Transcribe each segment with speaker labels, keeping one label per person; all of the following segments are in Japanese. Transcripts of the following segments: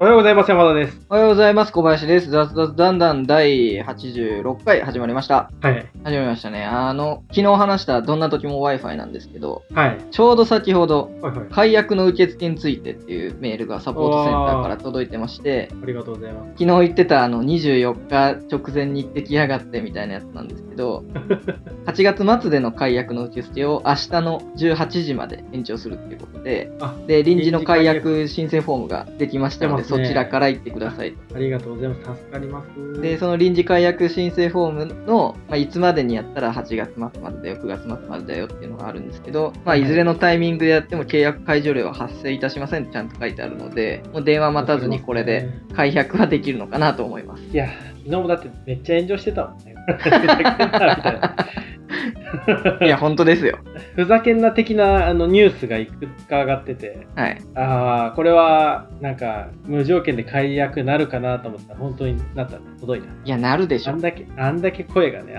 Speaker 1: おはようございます、山田です。
Speaker 2: おはようございます。小林です。雑雑だんだん第86回始まりました。
Speaker 1: はい。
Speaker 2: 始まりましたね。あの、昨日話したどんな時も Wi-Fi なんですけど、
Speaker 1: はい。
Speaker 2: ちょうど先ほど、
Speaker 1: はいはい。
Speaker 2: 解約の受付についてっていうメールがサポートセンターから届いてまして、
Speaker 1: ありがとうございます。
Speaker 2: 昨日言ってたあの24日直前に行ってきやがってみたいなやつなんですけど、8月末での解約の受付を明日の18時まで延長するっていうことで、
Speaker 1: あ、
Speaker 2: で、臨時の解約申請フォームができましたの
Speaker 1: 出
Speaker 2: で、
Speaker 1: ます
Speaker 2: そ
Speaker 1: ね
Speaker 2: ちらから行ってくださいと。
Speaker 1: ありがとうございます。助かります。
Speaker 2: で、その臨時解約申請フォームの、まあ、いつまでにやったら8月末までだよ、9月末までだよっていうのがあるんですけど、まあ、いずれのタイミングでやっても契約解除料は発生いたしませんってちゃんと書いてあるので、もう電話待たずにこれで解約はできるのかなと思い ます。
Speaker 1: いや、昨日もだってめっちゃ炎上してたもんね。 ふざけんなみたいない
Speaker 2: や、本当ですよ。
Speaker 1: ふざけんな的なあのニュースがいくつか上がってて、
Speaker 2: はい。
Speaker 1: ああ、これはなんか無条件で解約なるかなと思ったら、本当になったね。届いた。
Speaker 2: いや、なるでし
Speaker 1: あ
Speaker 2: ょ
Speaker 1: ん。だけ、あんだけ声がね、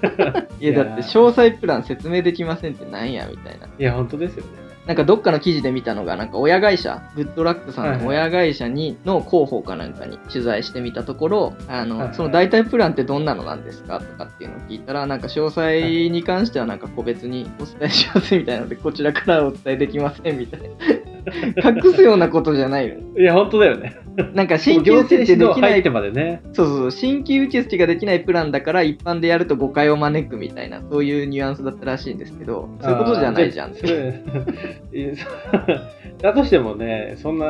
Speaker 1: 上がる
Speaker 2: いや、だって詳細プラン説明できませんってなんや、みたいな。
Speaker 1: いや、本当ですよね。
Speaker 2: なんかどっかの記事で見たのが、なんか親会社、グッドラックさんの親会社にの広報かなんかに取材してみたところ、あ
Speaker 1: はいは
Speaker 2: の、
Speaker 1: い
Speaker 2: その代替プランってどんなのなんですかとかっていうのを聞いたら、なんか詳細に関してはなんか個別にお伝えしますみたいなので、こちらからお伝えできませんみたいな。隠すようなことじゃないよね。
Speaker 1: いや、本当だよね。
Speaker 2: なんか
Speaker 1: も
Speaker 2: 新
Speaker 1: う行
Speaker 2: 規受
Speaker 1: 政
Speaker 2: 付
Speaker 1: 指
Speaker 2: で
Speaker 1: 導
Speaker 2: きな
Speaker 1: 入っ
Speaker 2: い、
Speaker 1: てまでね。
Speaker 2: そうそうそう、新規受付ができないプランだから一般でやると誤解を招くみたいな、そういうニュアンスだったらしいんですけど、そういうことじゃないじゃ
Speaker 1: あ。
Speaker 2: ん
Speaker 1: ーじゃあそれだとしてもね、そんな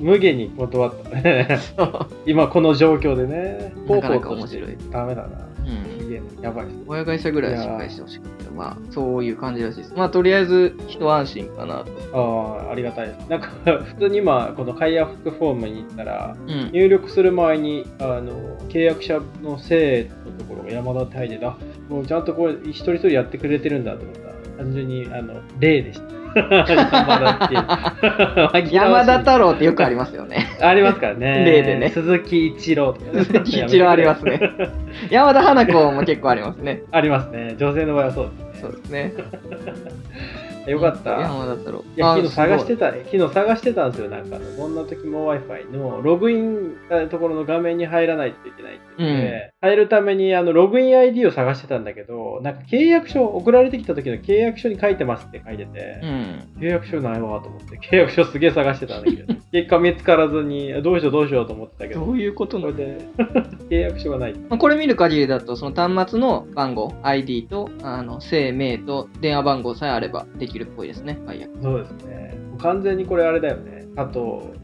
Speaker 1: 無限に断ったね。 今この状況でね、
Speaker 2: なかなか面白い
Speaker 1: 広報としてダメだな。
Speaker 2: うん
Speaker 1: いややばいですね。
Speaker 2: 親会社ぐらいは失敗してほしくて、まあ、そういう感じらしいです。まあ、とりあえず、一安心かなと。
Speaker 1: ああ、ありがたいです。なんか、普通に今、この解約フォームに行ったら、
Speaker 2: うん。
Speaker 1: 入力する前に、あの、契約者の姓のところが山田って入ってた。あもうちゃんとこれ、一人一人やってくれてるんだと思ったら。単純に、あの、例で した。山田っていう 紛らわし
Speaker 2: 山
Speaker 1: い。
Speaker 2: 田太郎ってよくありますよね。
Speaker 1: ありますからね。
Speaker 2: 例でね
Speaker 1: 鈴木一郎とか、ね。
Speaker 2: 鈴木一郎ありますね。山田花子も結構ありますね。
Speaker 1: ありますね。女性の場合はそう
Speaker 2: そうですね。
Speaker 1: です。よかった。
Speaker 2: 山田太郎。
Speaker 1: いや
Speaker 2: あ
Speaker 1: 昨日探し
Speaker 2: す
Speaker 1: てた、昨日探してたんですよ、なんか、どんな時も Wi-Fi のログインしたところの画面に入らないといけないって言って、入るためにあのログイン ID を探してたんだけど、なんか契約書、送られてきた時の契約書に書いてますって書いてて
Speaker 2: ごい。う、ん。
Speaker 1: 契約書ないわと思って、契約書すげえ探してたんだけど、 結果見つからずに、どうしようどうしようと思ってたけど、
Speaker 2: どういうこと
Speaker 1: こ
Speaker 2: な
Speaker 1: れ
Speaker 2: の
Speaker 1: で契約書がない。
Speaker 2: まあこれ見る限りだと、その端末の番号、ID と、あの、姓名と電話番号さえあればできるっぽいですね。解約
Speaker 1: そうですね。もう完全にこれあれだよね。加藤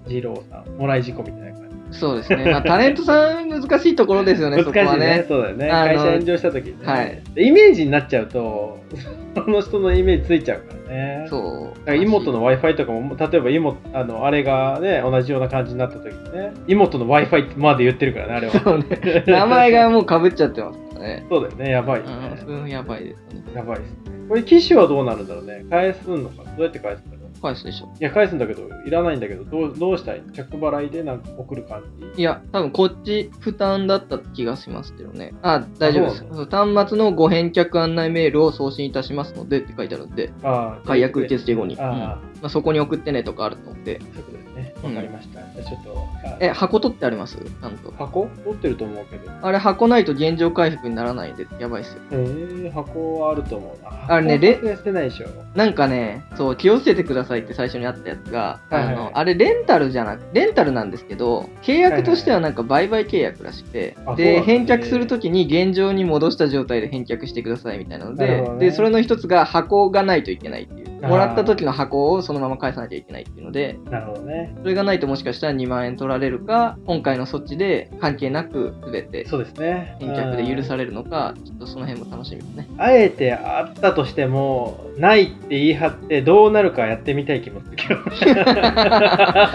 Speaker 1: 二郎さん、もらい事故みたいな感じ。
Speaker 2: そうです ね。まあ、タレントさん難しいところですよね、
Speaker 1: 難し
Speaker 2: そ
Speaker 1: い
Speaker 2: こは
Speaker 1: ね
Speaker 2: ね。
Speaker 1: そうだよね。
Speaker 2: あの
Speaker 1: 会社炎上した時にね、
Speaker 2: はい
Speaker 1: でイメージになっちゃうと、 その人のイメージついちゃうからね。う。
Speaker 2: そう。
Speaker 1: だから妹の Wi-Fi とかも、例えば妹、あの、あれがね、同じような感じになった時にね、妹の Wi-Fi まで言ってるからね、あれは。
Speaker 2: そうね。 名前がもうかぶっちゃってますからね。
Speaker 1: そうだよね、やばい、
Speaker 2: う
Speaker 1: ね
Speaker 2: ん、それもやばいですよね。
Speaker 1: やばいですね。これ、機種はどうなるんだろうね。返すのかなどうやって返すんだろう
Speaker 2: 返すでしょ。
Speaker 1: いや、返すんだけど、いらないんだけど、どうどうしたい着払いでなんか送る感じ
Speaker 2: いや、多分こっち負担だった気がしますけどね。あ、大丈夫です
Speaker 1: あ。
Speaker 2: そう端末のご返却案内メールを送信いたしますのでって書いてあるんで、
Speaker 1: ああ
Speaker 2: 解約受付後に。うん
Speaker 1: ああ
Speaker 2: ま、あ、そこに送ってねとかあると思って。
Speaker 1: そういうことですね。
Speaker 2: う
Speaker 1: わ
Speaker 2: ん
Speaker 1: かりました。じゃあちょっと、あ
Speaker 2: え、箱取ってありますちゃんと。
Speaker 1: 箱持ってると思うけど。
Speaker 2: あれ箱ないと現状回復にならないんで、やばいっすよ。
Speaker 1: えー、箱はあると思うな。
Speaker 2: あれね
Speaker 1: レしてないでしょ。
Speaker 2: なんかね、そう、気をつけてくださいって最初にあったやつが、
Speaker 1: はい
Speaker 2: あ
Speaker 1: はい
Speaker 2: の、あれレンタルじゃなく、レンタルなんですけど、契約としてはなんか売買契約らしくて
Speaker 1: あ、
Speaker 2: で、
Speaker 1: そうなん
Speaker 2: 返
Speaker 1: だね
Speaker 2: 却するときに現状に戻した状態で返却してくださいみたいなの
Speaker 1: なる
Speaker 2: で、
Speaker 1: ほどね
Speaker 2: で、それの一つが箱がないといけないっていう。
Speaker 1: あー
Speaker 2: もらった時の箱をそのまま返さなきゃいけないっていうので、
Speaker 1: なるほどね。
Speaker 2: それがないともしかしたら2万円取られるか、今回の措置で関係なく全て
Speaker 1: そうですね。
Speaker 2: 返却で許さ
Speaker 1: れ
Speaker 2: れるのか、ちょっとその辺も楽しみですね。
Speaker 1: あえてあったとしても、ないって言い張って、どうなるかやってみたい気もするけど。
Speaker 2: い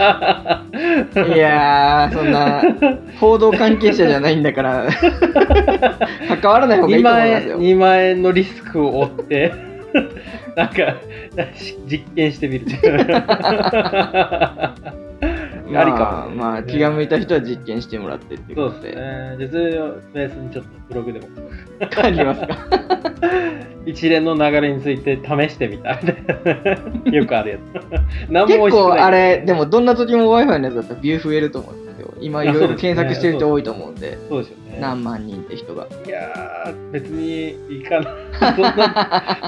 Speaker 2: やー、そ んな、報道関係者じゃないんだから、関わらない方が
Speaker 1: 2
Speaker 2: い
Speaker 1: 万
Speaker 2: いと思いま
Speaker 1: 円
Speaker 2: すよ。
Speaker 1: 2万円のリスクを負って なんか実験してみるいありかも、ね。
Speaker 2: まあ、まあ気が向いた人は実験してもらってっていう
Speaker 1: そ
Speaker 2: こ
Speaker 1: う
Speaker 2: と
Speaker 1: です
Speaker 2: で。
Speaker 1: ね。実用ベースにちょっとブログでも。
Speaker 2: ありますか
Speaker 1: 一連の流れについて試してみたみたいな。よくあるやつ。 何
Speaker 2: 結
Speaker 1: も美味しく
Speaker 2: 構
Speaker 1: ない。
Speaker 2: あれ、でもどんな時も Wi-Fi のやつだったらビュー増えると思うんですよ。今いろいろ検索してる人多いと思うんで、
Speaker 1: そうですよね。
Speaker 2: 何万人って人が。
Speaker 1: いやー、別にいいかな。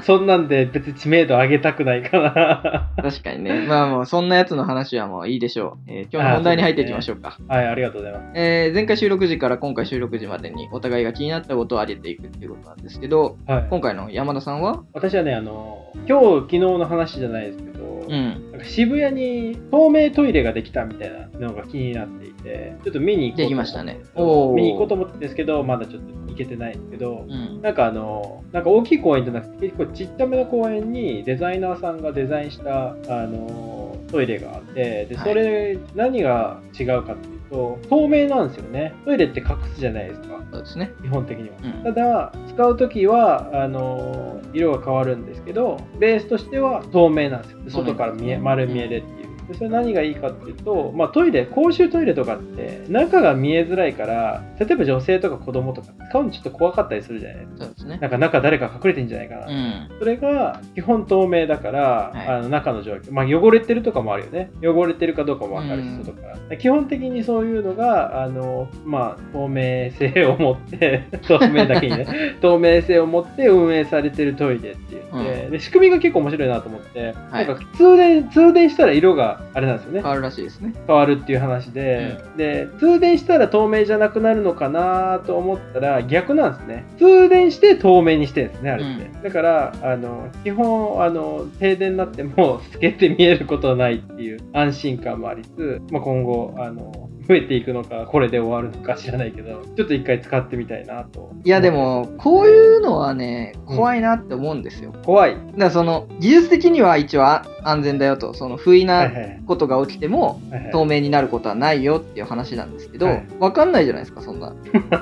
Speaker 1: そん な、そんなんで別に知名度上げたくないかな。
Speaker 2: 確かにね。まあもうそんなやつの話はもういいでしょう。えー今日の本題に入っていきましょうか。
Speaker 1: はい、ありがとうございます。
Speaker 2: えー前回収録時から今回収録時までにお互いが気になったことを挙げていくっていうことなんですけど、
Speaker 1: はい、
Speaker 2: 今回の山田さんは
Speaker 1: 私はね、あの、今日、昨日の話じゃないですけど、
Speaker 2: うん。
Speaker 1: なんか渋谷に透明トイレができたみたいなのが気になっていて、ちょっと見に行こうと思って
Speaker 2: できましたねおー
Speaker 1: 見に行こうと思ってるんですけど、まだちょっと行けてないんですけど、
Speaker 2: うん。
Speaker 1: なんかあの、なんか大きい公園じゃなくて、結構ちっちゃめの公園にデザイナーさんがデザインした、あの、トイレがあって、で、
Speaker 2: はい
Speaker 1: それ、何が違うかっていうと、透明なんですよね。トイレって隠すじゃないですか。
Speaker 2: そうですね。
Speaker 1: 基本的には。
Speaker 2: うん
Speaker 1: ただ、使うときは、あのー色が変わるんですけど、ベースとしては透明なんですよ。
Speaker 2: 透明
Speaker 1: 外から見え
Speaker 2: うん
Speaker 1: 丸見えでっていう。でそれ何がいいかっていうと、まあ、トイレ、公衆トイレとかって中が見えづらいから、例えば女性とか子供とか使うのちょっと怖かったりするじゃないですか。
Speaker 2: そうですね。
Speaker 1: なんか中誰か隠れてんじゃないかな。
Speaker 2: うん。
Speaker 1: それが基本透明だから、
Speaker 2: はい
Speaker 1: あの中の状況、まあ、汚れてるとかもあるよね汚れてるかどうかも分かるし、
Speaker 2: うん
Speaker 1: 外から基本的にそういうのがあの、まあ、透明性を持って 透明だけに ね透明性を持って運営されてるトイレっていうので,、で仕組みが結構面白いなと思って、
Speaker 2: はい
Speaker 1: なんか通電通電したら色があれなんですよね
Speaker 2: 変わるらしいですね。
Speaker 1: 変わるっていう話で、で通電したら透明じゃなくなるのかなと思ったら逆なんですね通電して透明にしてるんですねあれって、だからあの基本あの停電になっても 透けて見えることはないっていう安心感もありつつ、まあ、今後あの増えていくのかこれで終わるのか知らないけどちょっと一回使ってみたいなと
Speaker 2: いやでも、こういうのはね、
Speaker 1: うん
Speaker 2: 怖いなって思うんですよ。だか
Speaker 1: 怖い
Speaker 2: らその、技術的には一応あ安全だよと、その不意
Speaker 1: はい
Speaker 2: な
Speaker 1: はいはい
Speaker 2: ことが起きても
Speaker 1: はい
Speaker 2: 透明になることはないよっていう話なんですけど
Speaker 1: はい、
Speaker 2: わかんないじゃないですか、そんな。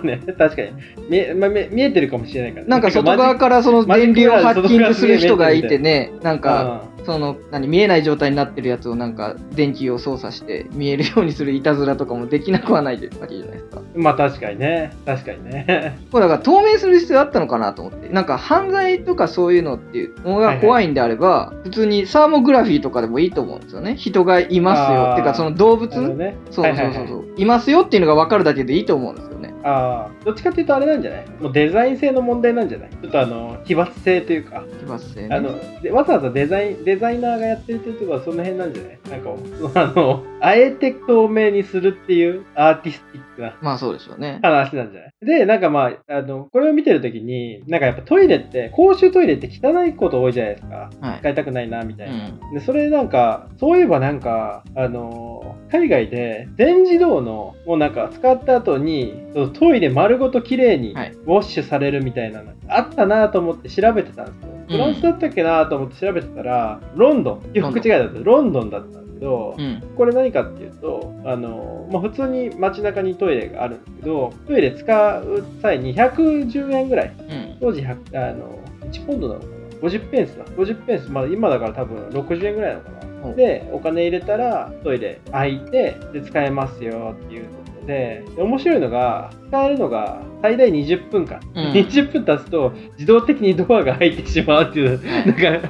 Speaker 1: ね、確かに見え,、まあ、見え見えてるかもしれないから
Speaker 2: なんか外側からその
Speaker 1: マジ
Speaker 2: 電流をハ
Speaker 1: マジ
Speaker 2: ッ
Speaker 1: ッ
Speaker 2: キ
Speaker 1: ク
Speaker 2: ン
Speaker 1: が
Speaker 2: グする人がいて
Speaker 1: 外
Speaker 2: ね、なんか、
Speaker 1: うん
Speaker 2: その、何、見えない状態になってるやつをなんか、電気を操作して見えるようにするいたずらとかもできなくはないわけじゃないですか。
Speaker 1: まあ確かにね確かにね
Speaker 2: これだから透明する必要あったのかなと思って。なんか犯罪とかそういうのっていうのが怖いんであれば、普通にサーモグラフィーとかでもいいと思うんですよね。人がいますよ。
Speaker 1: あー
Speaker 2: っていうかその動物、
Speaker 1: なるほどね
Speaker 2: そう
Speaker 1: は
Speaker 2: そう
Speaker 1: いはいはい
Speaker 2: そうそう、い。ますよっていうのが分かるだけでいいと思うんですよね。
Speaker 1: ああ、どっちかっていうとあれなんじゃないもうデザイン性の問題なんじゃないちょっとあの、奇抜性というか、
Speaker 2: 奇抜性ね
Speaker 1: あの、でわざわざデザイン、デザイナーがやってるってとこはその辺なんじゃないなんか、あの、あえて透明にするっていうアーティスティックな
Speaker 2: まあそうでしょうね。
Speaker 1: 話なんじゃないで、なんかまあ、あの、これを見てるときに、なんかやっぱトイレって、公衆トイレって汚いこと多いじゃないですか。
Speaker 2: はい。
Speaker 1: 使いたくないな、みたいうな。
Speaker 2: ん。
Speaker 1: でそれなんかそういえばなんかあのー海外で全自動のもうなんか使った後にそのトイレ丸ごと綺麗にウ
Speaker 2: はい
Speaker 1: ォッシュされるみたいなのあったなと思って調べてたんですよフランスだったっけなと思って調べてたらロンドン記憶違いだったロンドンだったんですけど、
Speaker 2: うん。
Speaker 1: これ何かっていうとあのー、まあ、普通に街中にトイレがあるんですけどトイレ使う際に110円ぐらい
Speaker 2: うん。
Speaker 1: 当時100あの1ポンドなのかな50ペンスだ50ペンス、まあ、今だから多分60円ぐらいなのか
Speaker 2: う
Speaker 1: なんでお金入れたらトイレ空いてで使えますよっていうことでで面白いのが使えるのが最大20分間、
Speaker 2: うん
Speaker 1: 20分経つと自動的にドアが開いてしまうっていうなんか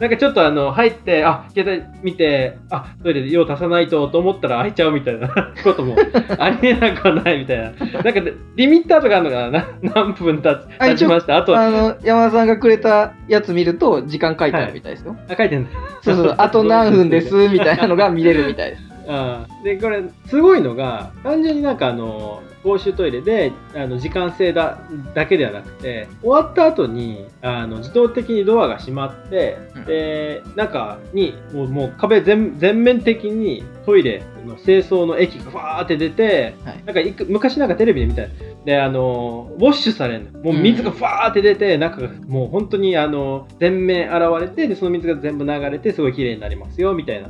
Speaker 1: なんかちょっとあの入ってあ携帯見てあトイレで用足さないとと思ったら開いちゃうみたいなこと もありえなくはないみたいななんかでリミッターとかあるのかなな何分経つ
Speaker 2: あ
Speaker 1: 経
Speaker 2: 一
Speaker 1: ち
Speaker 2: 応
Speaker 1: ましたあとは
Speaker 2: あの、山田さんがくれたやつ見ると、時間書いてあるみたいですよ。
Speaker 1: あ書いてんだ
Speaker 2: そうそう、あと何分ですみたいなのが見れるみ たいです。
Speaker 1: うんでこれすごいのが単純になんかあの公衆トイレであの時間制だだけではなくて終わった後にあの自動的にドアが閉まって、
Speaker 2: うん
Speaker 1: で中にもうもう壁全全面的にトイレの清掃の液がわーって出て、
Speaker 2: はい
Speaker 1: なんかいく昔なんかテレビで見たであのウォッシュされるのもう水がファーって出て、中がもう本当にあの全面現れてでその水が全部流れてすごい綺麗になりますよみたいな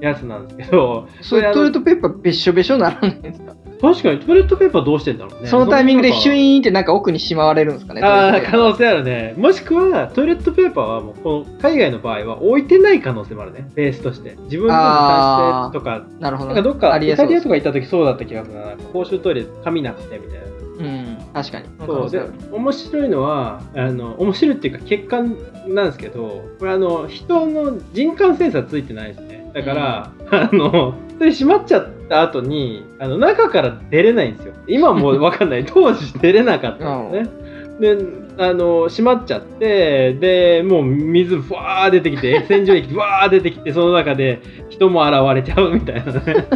Speaker 1: やつなんですけど
Speaker 2: それ
Speaker 1: あの
Speaker 2: トイレットペーパーべっしょべしょならないですか
Speaker 1: 確かにトイレットペーパーどうしてんだろうね。
Speaker 2: そのタイミングでヒュイ
Speaker 1: ン。
Speaker 2: ーンってなんか奥にしまわれるんですかね。
Speaker 1: あ
Speaker 2: ト
Speaker 1: あ、
Speaker 2: イレットペー
Speaker 1: 可能性あるね。もしくは、トイレットペーパーはもう、この海外の場合は置いてない可能性もあるね。ベースとして。自分の
Speaker 2: あ
Speaker 1: 足し
Speaker 2: ー
Speaker 1: てとか、
Speaker 2: パーなるほ
Speaker 1: なんか
Speaker 2: ど。
Speaker 1: どっか、
Speaker 2: あり
Speaker 1: イ
Speaker 2: えそ
Speaker 1: タ
Speaker 2: うで
Speaker 1: リア
Speaker 2: す
Speaker 1: とか行った時そうだった気がするな。なんか公衆トイレ、紙なくてみたいな。
Speaker 2: うん。確かに。その
Speaker 1: そう
Speaker 2: 可能性
Speaker 1: で
Speaker 2: ある
Speaker 1: 面白いのはあの面白いっていうか血管なんですけどこれあの人の人感センサーついてないですねだから、あのそれ閉まっちゃった後にあの中から出れないんですよ今もう分かん ない当時出れなかったんですねであの閉まっちゃってでもう水ふわー出てきて洗浄液ふわー出てきてその中で人も現れちゃうみたいなね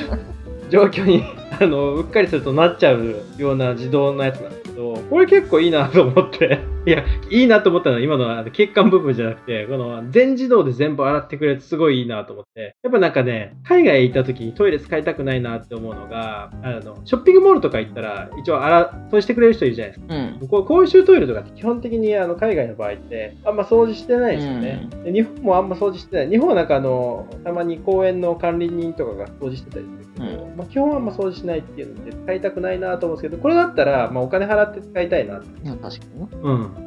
Speaker 1: 状況にあのうっかりするとなっちゃうような自動のやつなんですけどこれ結構いいなと思って いやいいなと思ったのは今のあの血管部分じゃなくてこの全自動で全部洗ってくれるすごいいいなと思ってやっぱなんかね海外行った時にトイレ使いたくないなって思うのがあのショッピングモールとか行ったら一応洗そうしてくれる人いるじゃないですか
Speaker 2: うん。
Speaker 1: こう公衆トイレとかって基本的にあの海外の場合ってあんま掃除してないですよね、で日本もあんま掃除してない日本はなんかあのたまに公園の管理人とかが掃除してたりするけど、まあ、基本はあんま掃除しないっていうので使いたくないなと思うんですけどこれだったら、まあ、お金払って使いたいなって、
Speaker 2: いや確かにね。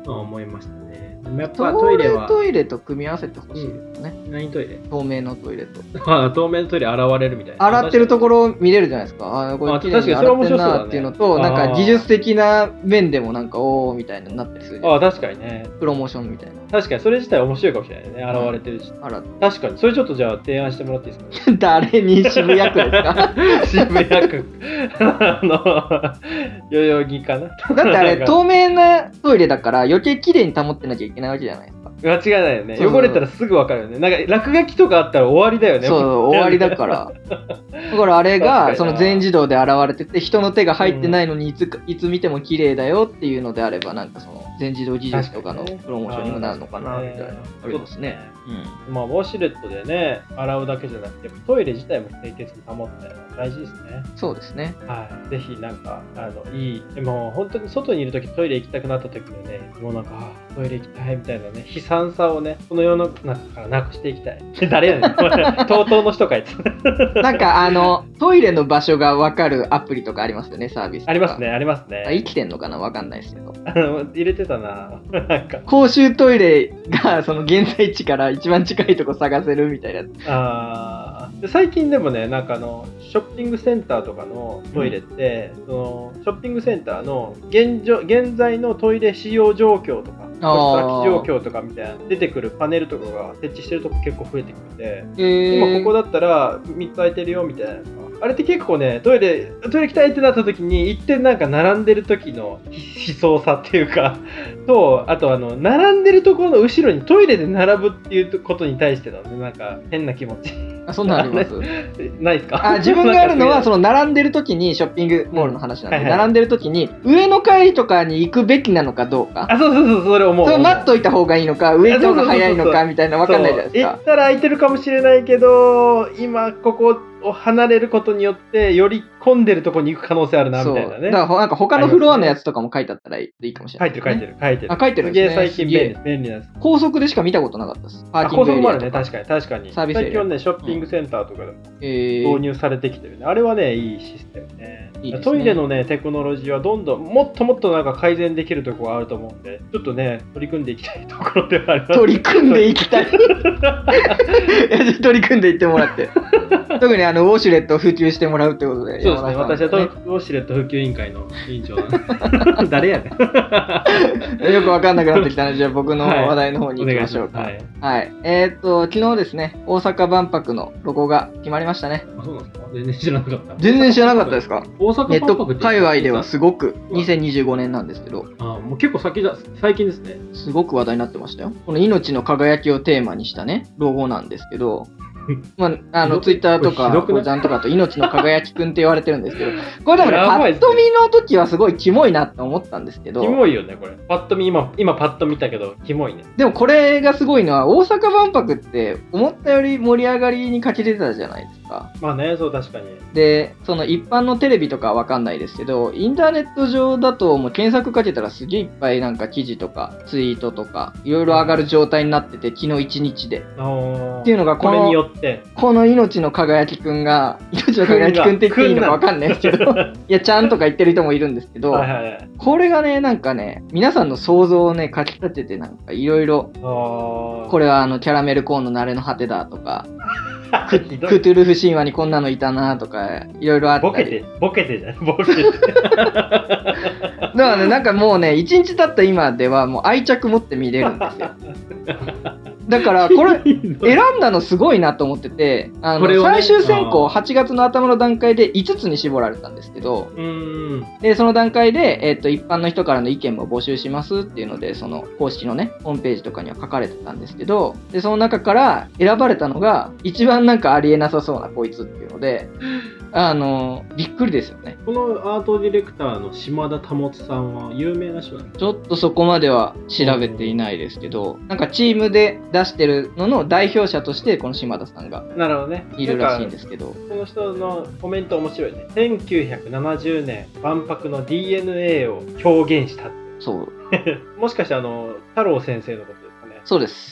Speaker 1: うん、思いましたねでもやっぱ
Speaker 2: ト
Speaker 1: ト
Speaker 2: イ
Speaker 1: イレ
Speaker 2: レ
Speaker 1: は
Speaker 2: トイレと組み合わせてほしいですね。
Speaker 1: 何トイレ
Speaker 2: 透明のトイレと。
Speaker 1: ああ透明のトイレ洗われるみたいな
Speaker 2: 洗ってるところを見れるじゃないですか。ああ、こ
Speaker 1: あ
Speaker 2: れ綺麗に洗ってんなっていうのと、
Speaker 1: 確かにそれ面白そう
Speaker 2: なん
Speaker 1: だね
Speaker 2: か技術的な面でもなんか、おーみたいになったりするじゃ
Speaker 1: あ
Speaker 2: ん
Speaker 1: あ確かにね
Speaker 2: プロモーションみたい
Speaker 1: 確かにそれ自体面白いかもしれないね洗われてるし、
Speaker 2: な。あ ら、
Speaker 1: 確かにそれちょっとじゃあ提案してもらっていいですか
Speaker 2: 誰に渋谷区 ですかだ
Speaker 1: 渋谷区あの代々木かな
Speaker 2: ってあれ、透明なトイレだから余計綺麗に保ってなきゃいけないわけじゃないですか。
Speaker 1: 間違いないよね
Speaker 2: そうそう
Speaker 1: 汚れたらすぐ分かるよねなんか落書きとかあったら終わりだよね
Speaker 2: そう、
Speaker 1: も
Speaker 2: 終わりだから。だからあれ
Speaker 1: 確かに
Speaker 2: が、
Speaker 1: な
Speaker 2: その全自動で現れてて、人の手が入ってないのにいつか、いつ見ても綺麗だよっていうのであれば、なんかその全自動技術とかの
Speaker 1: 確かにね
Speaker 2: プロモーションにもなるのかな、みたいな。ありますね。うん。
Speaker 1: まあウォシュレットでね洗うだけじゃなくてトイレ自体も清潔に保って大事ですね
Speaker 2: そうですね。
Speaker 1: はいぜひなんかあのいいでも本当に外にいる時トイレ行きたくなった時にねもうなんかあトイレ行きたいみたいなね悲惨さをねこの世の中からなくしていきた い誰やねんこれ TOTO の人かいつ
Speaker 2: なんかあ の、トイレの場所がわかるアプリとかありますよね、サービスとか。
Speaker 1: ありますねありますね
Speaker 2: あ。生きてんのかなわかんないですけど。
Speaker 1: あの 入れてたな。 なんか、
Speaker 2: 公衆トイレがその現在地から一番近いとこ探せるみたいなやつ。
Speaker 1: あーで最近でもね、なんかあの、ショッピングセンターとかのトイレって、そのショッピングセンターの現状現在のトイレ使用状況とか、
Speaker 2: あー
Speaker 1: 個室空き状況とかみたいな、出てくるパネルとかが設置してるとこ結構増えてきてて、
Speaker 2: えー
Speaker 1: 今ここだったら3つ空いてるよみたいなのがあれって結構ねトイレトイレ行きたいってなった時に一点なんか並んでる時の悲壮さっていうか とあとあの並んでるところの後ろにトイレで並ぶっていうことに対してのねなんか変な気持ち
Speaker 2: あそんなんあります
Speaker 1: ないですか
Speaker 2: あ 自分があ るのはそ
Speaker 1: の
Speaker 2: の並んでる時にショッピングモールの話なんで、
Speaker 1: はいはい
Speaker 2: 並んでる時に上の階とかに行くべきなのかどうか
Speaker 1: あそうそうそうそれ思う
Speaker 2: それを待っといた方がいいのか上行った方が早
Speaker 1: そう
Speaker 2: いの
Speaker 1: そうそう
Speaker 2: かみたいなわかんないじゃないです
Speaker 1: そう行
Speaker 2: か
Speaker 1: ったら空いてるかもしれないけど今ここを離れることによってより混んでるとこに行く可能性あるな
Speaker 2: そ
Speaker 1: み
Speaker 2: う
Speaker 1: たい
Speaker 2: だか
Speaker 1: なね
Speaker 2: らほなんか他のフロアのやつとかも書いてあったらいいかもしれ
Speaker 1: 書
Speaker 2: ないい
Speaker 1: て
Speaker 2: で
Speaker 1: る
Speaker 2: す
Speaker 1: 書
Speaker 2: ね、
Speaker 1: いてる書いてる
Speaker 2: あ書いてる
Speaker 1: す
Speaker 2: ん
Speaker 1: げ
Speaker 2: で
Speaker 1: え
Speaker 2: すね
Speaker 1: 最近
Speaker 2: すげ
Speaker 1: 便
Speaker 2: え
Speaker 1: 利便利なんです
Speaker 2: 高速でしか見たことなかったですパー
Speaker 1: あ
Speaker 2: キン
Speaker 1: 高
Speaker 2: グエ
Speaker 1: 速
Speaker 2: リ
Speaker 1: もあ
Speaker 2: ア
Speaker 1: る
Speaker 2: と
Speaker 1: ね
Speaker 2: か、
Speaker 1: 確かに確かに
Speaker 2: サービスエリア
Speaker 1: 最近はねショッピングセンターとかでも
Speaker 2: え
Speaker 1: 導
Speaker 2: ー
Speaker 1: 入されてきてるね、あれはねいいシステムね
Speaker 2: いいですね
Speaker 1: トイレのねテクノロジーはどんどんもっともっとなんか改善できるところがあると思うんでちょっとね取り組んでいきたいところではあります
Speaker 2: 取り組んでいき たい取り組んでいってもらって特にあのウォシュレットを普及してもらうってことで
Speaker 1: そうですね
Speaker 2: 山田
Speaker 1: 私
Speaker 2: さ
Speaker 1: は
Speaker 2: んも
Speaker 1: ト
Speaker 2: ね
Speaker 1: ルウォシュレット普及委員会の委員長 なんで誰やねん
Speaker 2: よくわかんなくなってきたので、じゃあ僕の
Speaker 1: はい
Speaker 2: 話題の方に行きましょうか。
Speaker 1: お
Speaker 2: は
Speaker 1: 願
Speaker 2: い。
Speaker 1: いします
Speaker 2: えーっと、昨日ですね、大阪万博のロゴが決まりましたね。
Speaker 1: はい、あそうなんですか全然知らなかった
Speaker 2: 全然知らなかったですか
Speaker 1: 大阪
Speaker 2: ネッ
Speaker 1: 万
Speaker 2: ト
Speaker 1: 博って
Speaker 2: 界隈ではすごく、2025年なんですけど、
Speaker 1: あもう結構先だ最近ですね
Speaker 2: すごく話題になってましたよ。この命の輝きをテーマにしたね、ロゴなんです けど、まあ、あの、ツイッターと
Speaker 1: ひ
Speaker 2: か、
Speaker 1: どくない
Speaker 2: こちゃんとかと命の輝きくんって言われてるんですけど、これでもね、
Speaker 1: や
Speaker 2: パ
Speaker 1: ばいっ
Speaker 2: ッ
Speaker 1: すね
Speaker 2: と見の時はすごいキモいなって思ったんですけど、
Speaker 1: キモいよねこれパッと見今今パッと見たけどキモいね
Speaker 2: でもこれがすごいのは、大阪万博って思ったより盛り上がりに欠けてたじゃないですか。
Speaker 1: まあねそう確かに
Speaker 2: で、その一般のテレビとかはわかんないですけど、インターネット上だともう検索かけたらすげえいっぱいなんか記事とかツイートとかいろいろ上がる状態になってて、昨日一日で。
Speaker 1: あ
Speaker 2: っていうのがこ
Speaker 1: こ
Speaker 2: の
Speaker 1: れによっえ
Speaker 2: この命の輝きくんが、命の輝きくんって言っていいのかわかんないですけど、 いや、ちゃんとか言ってる人もいるんですけ
Speaker 1: え。
Speaker 2: ど、
Speaker 1: はいはいはい。
Speaker 2: これがね、なんかね、皆さんの想像をね、かき立てて、なんかいろいろ、
Speaker 1: あー
Speaker 2: これはあの、キャラメルコーンの慣れの果てだとか、
Speaker 1: あ ひどい
Speaker 2: クトゥルフ神話にこんなのいたなとか、いろいろあったり。
Speaker 1: ボケて、ボケてじゃ ない、ボケて。
Speaker 2: だからね、なんかもうね、一日経った今では、もう愛着持って見れるんです よ。だから、これ、選んだのすごいなと思ってて、あの
Speaker 1: これをね
Speaker 2: 最終選考
Speaker 1: あ
Speaker 2: 8月の頭の段階で5つに絞られたんですけど、
Speaker 1: うーん。
Speaker 2: で、その段階で、えっ、と、一般の人からの意見も募集しますっていうので、その公式のね、ホームページとかには書かれてたんですけど、で、その中から選ばれたのが、一番なんかありえなさそうなこいつっていうので、あの、びっくりですよね。
Speaker 1: このアートディレクターの島田保さんは有名な人なんで
Speaker 2: ちょっとそこまでは調べていないですけど、なんかチームで出してるのの代表者として、この島田さんが
Speaker 1: すなるほどね。
Speaker 2: いるらしいん
Speaker 1: す。
Speaker 2: ですけど、
Speaker 1: この人のコメント面白いね。1970年、万博の DNA を表現した。
Speaker 2: そう、
Speaker 1: もしかしてあの、太郎先生のことですかね。
Speaker 2: そうです。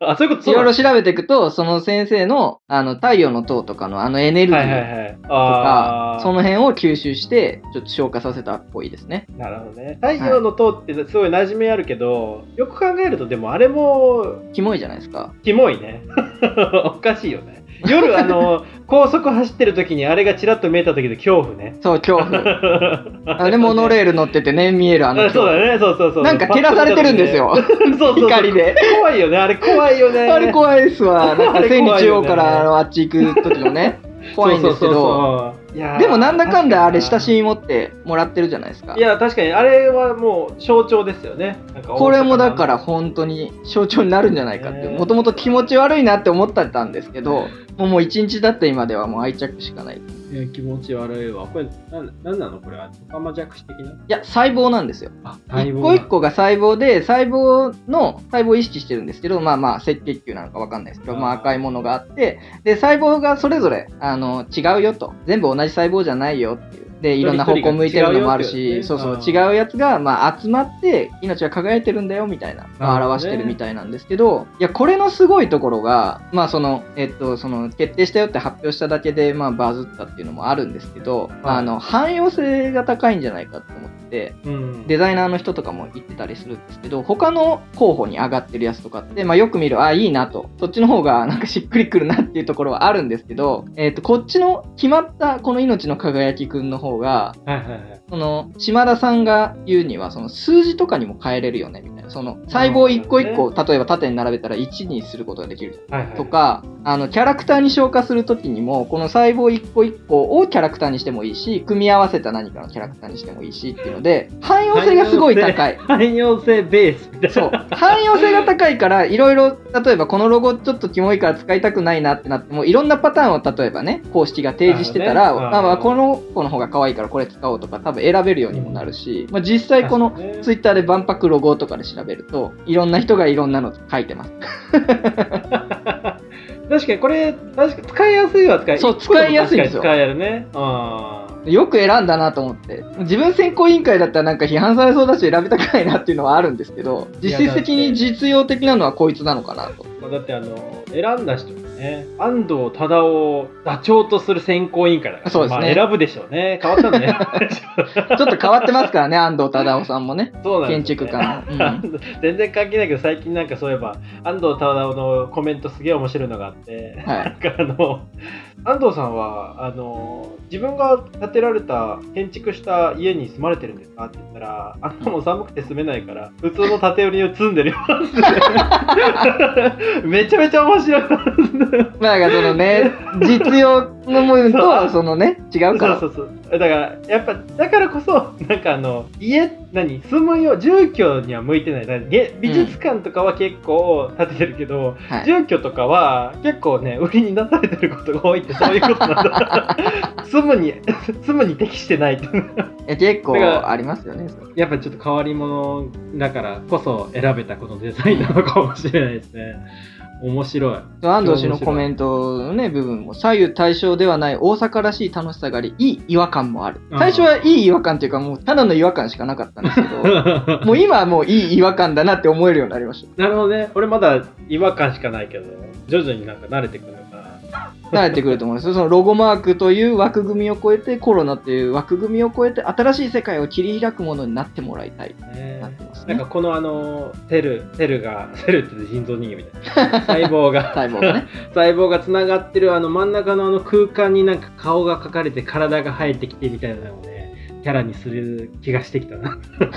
Speaker 1: あ、そういうこと
Speaker 2: いろいろ
Speaker 1: し
Speaker 2: 調べていくと、その先生の、あの、太陽の塔とかのあのエネルギ
Speaker 1: はいは
Speaker 2: ー
Speaker 1: いはい。
Speaker 2: と
Speaker 1: あ
Speaker 2: か
Speaker 1: あ、
Speaker 2: その辺を吸収して、ちょっと消化させたっぽいですね。
Speaker 1: なるほどね。太陽の塔ってすごい馴染みあるけど、よく考えるとでもあれも、
Speaker 2: キモいじゃないですか。
Speaker 1: キモいね。 おかしいよね。夜、あ の、高速走ってる時にあれがちらっと見えた時の恐怖ね。
Speaker 2: そう、恐怖。 あ
Speaker 1: あ
Speaker 2: れモ ノレール乗っててね、見えるあの
Speaker 1: あ
Speaker 2: 恐
Speaker 1: そう
Speaker 2: 怖。
Speaker 1: だね、そうそうそう。
Speaker 2: なんか照らされてるんですよ。
Speaker 1: パッと見た時ね。そうそうそう
Speaker 2: 光で。
Speaker 1: 怖いよね、あれ怖いよね。
Speaker 2: あれ怖いですわ。なん
Speaker 1: あ
Speaker 2: か
Speaker 1: れ
Speaker 2: 千
Speaker 1: 怖い
Speaker 2: 日
Speaker 1: よ
Speaker 2: 王
Speaker 1: ね
Speaker 2: からあのあっち行く時もね、怖いんですけ
Speaker 1: そうそう
Speaker 2: ど。
Speaker 1: そうそういやー
Speaker 2: でもなんだかんだあれ親
Speaker 1: い
Speaker 2: しみ持ってもらってるじゃないですか。
Speaker 1: や、確かに、あれはもう象徴ですよね。なんか
Speaker 2: これもだから本当に象徴になるんじゃないかって
Speaker 1: ね
Speaker 2: もともと気持ち悪いなって思ってたんですけどもうもう一日だって今ではもう愛着しかないい
Speaker 1: いや気持ち悪いわ。これ、なんなんなのこれは、オカマジャクシ的な
Speaker 2: や細胞なんですよ
Speaker 1: あ、
Speaker 2: 一個一個が細胞で細胞の細胞を意識してるんですけどまあまあ赤血球なのかわかんないですけど
Speaker 1: あー
Speaker 2: まあ赤いものがあってで細胞がそれぞれあの違うよと全部同じ細胞じゃないよっていうでいろんな方向向いてるのもあるし
Speaker 1: 一人
Speaker 2: そ
Speaker 1: 一
Speaker 2: う
Speaker 1: 人違うよってい
Speaker 2: そ
Speaker 1: うね
Speaker 2: う違うやつが、まあ、集まって命が輝いてるんだよみたいな、ま
Speaker 1: なる
Speaker 2: あ
Speaker 1: ほどね
Speaker 2: 表してるみたいなんですけどいやこれのすごいところがまあそのえっとその決定したよって発表しただけでまあバズったっていうのもあるんですけど、まあ、あの汎用性が高いんじゃないかと思ってて。
Speaker 1: うん。
Speaker 2: デザイナーの人とかも言ってたりするんですけど他の候補に上がってるやつとかって、まあ、よく見るあいいなとそっちの方がなんかしっくりくるなっていうところはあるんですけど、えー、とこっちの決まったこの「命の輝きくん」の方が
Speaker 1: はいはいはい。
Speaker 2: その島田さんが言うにはその数字とかにも変えれるよねみたいなその細胞一個一個、例えば縦に並べたら1にすることができる
Speaker 1: はいはい、
Speaker 2: とかあのキャラクターに消化する時にもこの細胞一個一個をキャラクターにしてもいいし組み合わせた何かのキャラクターにしてもいいしっていうので汎用性がすごい高い。
Speaker 1: 汎用性ベースみたいな。
Speaker 2: そう汎用性が高いからいろいろ例えばこのロゴちょっとキモいから使いたくないなってなってもいろんなパターンを例えばね公式が提示して
Speaker 1: な
Speaker 2: た
Speaker 1: る
Speaker 2: ら、
Speaker 1: ほどね
Speaker 2: まあまあ
Speaker 1: うん
Speaker 2: この子の方が可愛いからこれ使おうとか多分選べるようにもなるし、まあ、実際こ の
Speaker 1: 確かにね
Speaker 2: ツイッターで万博ロゴとかで調べるといろんな人がいろんなの書いてます。
Speaker 1: 確かにこれ、確かに使いやすいは使い
Speaker 2: そう使いやすいんです
Speaker 1: 一
Speaker 2: よ
Speaker 1: 個も確かに使えるね。あ
Speaker 2: よく選んだなと思って自分選考委員会だったらなんか批判されそうだし選びたくないなっていうのはあるんですけど実質的に実用的なのはこいつなのかなと
Speaker 1: ーだってあの、選んだ人がね、安藤忠夫を座長とする選考委員会だから、
Speaker 2: そうですね
Speaker 1: まあ、選ぶでしょうね。変わったんだ ね。
Speaker 2: ちょっと変わってますからね安藤忠雄さんもね
Speaker 1: そうなんですよね
Speaker 2: 建築家の、うん
Speaker 1: 全然関係ないけど最近なんかそういえば安藤忠夫のコメントすげえ面白いのがあって
Speaker 2: はい、
Speaker 1: なんかあの安藤さんはあの自分が建てられた建築した家に住まれてるんですかって言ったらあんなもん寒くて住めないから普通の建て売りを積んでるよって めちゃめちゃ面白い
Speaker 2: まあなんかそのね実用の部分とはそのね違うか
Speaker 1: そうそ
Speaker 2: ら
Speaker 1: うそうだからやっぱだからこそなんかあの家何住むよ住居には向いてないだからげ美術館とかは結構建ててるけど、
Speaker 2: はい
Speaker 1: 住居とかは結構ね売りに出されてることが多いってそういうことなん だ住むに住むに適してないって
Speaker 2: え結構
Speaker 1: だから
Speaker 2: ありますよねそれ
Speaker 1: やっぱりちょっと変わり者だからこそ選べたこのデザインなのかもしれないですね面 白い
Speaker 2: 安藤氏のコメントのね部分も左右対称ではない大阪らしい楽しさがありいい違和感もある
Speaker 1: うん
Speaker 2: 最初はいい違和感っていうかもうただの違和感しかなかったんですけどもう今はもういい違和感だなって思えるようになりまし
Speaker 1: なるほどね俺まだ違和感しかないけど徐々になんか慣れてくるのかな
Speaker 2: 慣れてくると思うんですよ。そのロゴマークという枠組みを超えて、コロナという枠組みを超えて、新しい世界を切り開くものになってもらいたい。
Speaker 1: ね
Speaker 2: なってます
Speaker 1: なん
Speaker 2: ね
Speaker 1: かこのあのセルセルがセルって人造人間みたいな細胞が
Speaker 2: 細胞がね。
Speaker 1: 細胞がつながってるあの真ん中のあの空間になんか顔が描かれて体が生えてきてみたいなのをねキャラにする気がしてきたな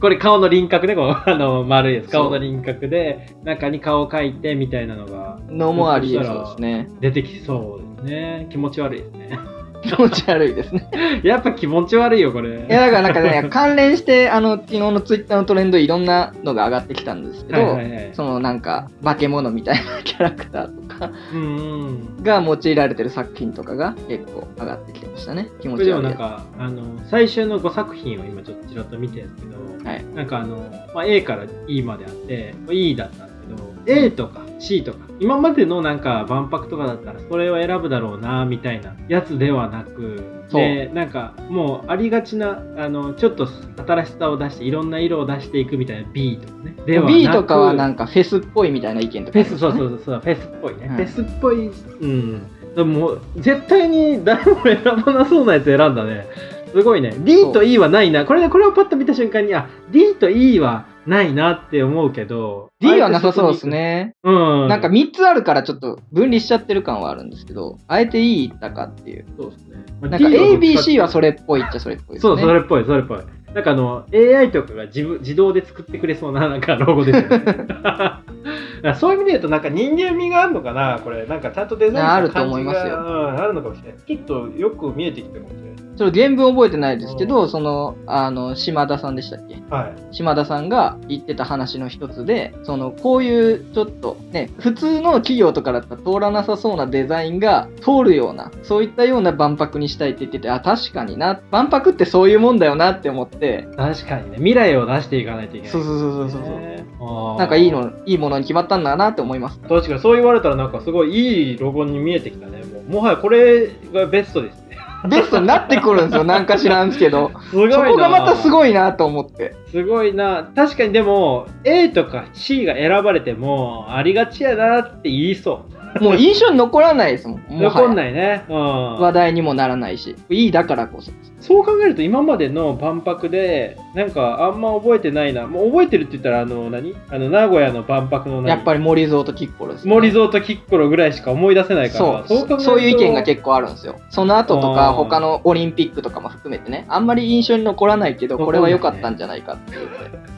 Speaker 1: これ顔の輪郭ねこのあの丸いやつ
Speaker 2: そう
Speaker 1: 顔の輪郭で中に顔を描いてみたいなのが
Speaker 2: のもありえそうですね。
Speaker 1: 出てきそうですね気持ち悪いですね
Speaker 2: 気持ち悪いですね。
Speaker 1: やっぱ気持ち悪いよこれ
Speaker 2: いや、だからなんか ね、関連して、あの、昨日のツイッターのトレンドいろんなのが上がってきたんですけど、
Speaker 1: はいはいはい
Speaker 2: そのなんか、化け物みたいなキャラクターとか
Speaker 1: うんうん
Speaker 2: が用いられてる作品とかが結構上がってきてましたね。気持
Speaker 1: これ
Speaker 2: ち
Speaker 1: でも
Speaker 2: 悪い
Speaker 1: なん
Speaker 2: や
Speaker 1: かあの最終の5作品を今ちょっとちらっと見てるんですけど、
Speaker 2: はい
Speaker 1: なんかあの、まあ、A から E まであって E だったんですけど A とか C とか今までのなんか万博とかだったらそれを選ぶだろうなみたいなやつではなく
Speaker 2: そう
Speaker 1: でなんかもうありがちなあのちょっと新しさを出していろんな色を出していくみたいな B とかねで
Speaker 2: つ。
Speaker 1: はなく
Speaker 2: B とかはなんかフェスっぽいみたいな意見と
Speaker 1: フ
Speaker 2: かあ
Speaker 1: ェス
Speaker 2: りますね、
Speaker 1: そうそうそうそうフェスっぽいね、
Speaker 2: はい
Speaker 1: フェスっぽいうんでももう絶対に誰も選ばなそうなやつ選んだねすごいね D と E はないなこれねこれをパッと見た瞬間にあ D と E はないなって思うけど
Speaker 2: D はなさそうですね。
Speaker 1: うん
Speaker 2: なんか3つあるからちょっと分離しちゃってる感はあるんですけど、あえていい言ったかっていう。
Speaker 1: そうですね
Speaker 2: なんか ABC はそれっぽいっちゃそれっぽいです
Speaker 1: そ
Speaker 2: ね。
Speaker 1: うそれっぽいそれっぽいなんかあの AI とかが自分自動で作ってくれそうな なんかロゴですよね そういう意味で言うとなんか人間味があるのかなこれなんかちゃんとデザインした
Speaker 2: あると思いますよ
Speaker 1: 感じがうんあるのかもしれないちょっとよく見えてきたかもしれない
Speaker 2: ちょっと原文覚えてないですけど、その、あの、島田さんでしたっけ
Speaker 1: はい
Speaker 2: 島田さんが言ってた話の一つで、その、こういうちょっとね、普通の企業とかだったら通らなさそうなデザインが通るような、そういったような万博にしたいって言ってて、あ、確かにな、万博ってそういうもんだよなって思って、
Speaker 1: 確かにね未来を出していかないといけない
Speaker 2: そうそうそうそうそう。
Speaker 1: ねあー
Speaker 2: なんかいいの、いいものに決まったんだなって思います。
Speaker 1: 確かにそう言われたらなんかすごいいいロゴに見えてきたねもうもはやこれがベストですね
Speaker 2: ベストになってくるん ですよ、なんか知らんすけど。
Speaker 1: すごいな
Speaker 2: そこがまたすごいなと思って。
Speaker 1: すごいな確かにでも A とか C が選ばれてもありがちやなって言いそう
Speaker 2: もう印象に残らないですもん。もはや
Speaker 1: 残んないね、うん、
Speaker 2: 話題にもならないし、いいだからこそ。
Speaker 1: そう考えると今までの万博でなんかあんま覚えてないなもう覚えてるって言ったらあの何あの名古屋の万博の何
Speaker 2: やっぱり森蔵とキッコロです、
Speaker 1: 森蔵とキッコロぐらいしか思い出せないから
Speaker 2: そうそうそういう意見が結構あるんですよ。その後と
Speaker 1: あ
Speaker 2: か、
Speaker 1: ー
Speaker 2: 他のオリンピックとかも含めてね、あんまり印象に残らないけど、これは良かったんじゃないかっていう。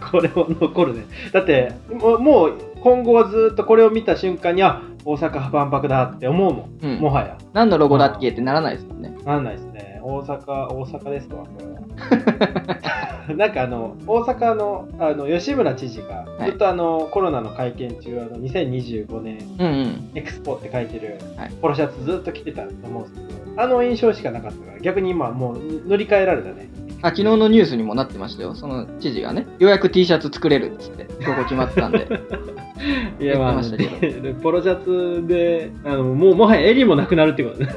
Speaker 1: 構これは残るねだってもうもう今後はずっとこれを見た瞬間にあ大阪万博だって思うもん、
Speaker 2: うん
Speaker 1: もはや
Speaker 2: 何のロゴだっけってならないですもんね。
Speaker 1: なんないですね。大阪、大阪ですわ、こ れは。なんかあの、大阪のあの吉村知事が、
Speaker 2: は
Speaker 1: ず
Speaker 2: い
Speaker 1: っとあのコロナの会見中、あの2025年
Speaker 2: うんうん。
Speaker 1: エクスポって書いてる、
Speaker 2: はい
Speaker 1: ポロシャツずっと着てたと思うんですけど、あの印象しかなかったから、逆に今はもう塗り替えられたね。
Speaker 2: あ、昨日のニュースにもなってましたよ。その知事がね、ようやく T シャツ作れるっつって、ここ決まってたんで。
Speaker 1: いや、まあ
Speaker 2: 言ってました
Speaker 1: でポロシャツで、あのもうもはや襟もなくなるって ことね。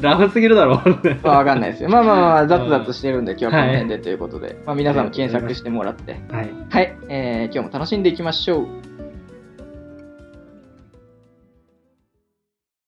Speaker 1: ラフすぎるだろう、ね。
Speaker 2: まあ、わかんないですよ。まあまあまあ、ざつざつしてるんで、今日はこの辺でということで、まあ皆さんも検索してもらって、
Speaker 1: はい。
Speaker 2: はい、えー今日も楽しんでいきましょう。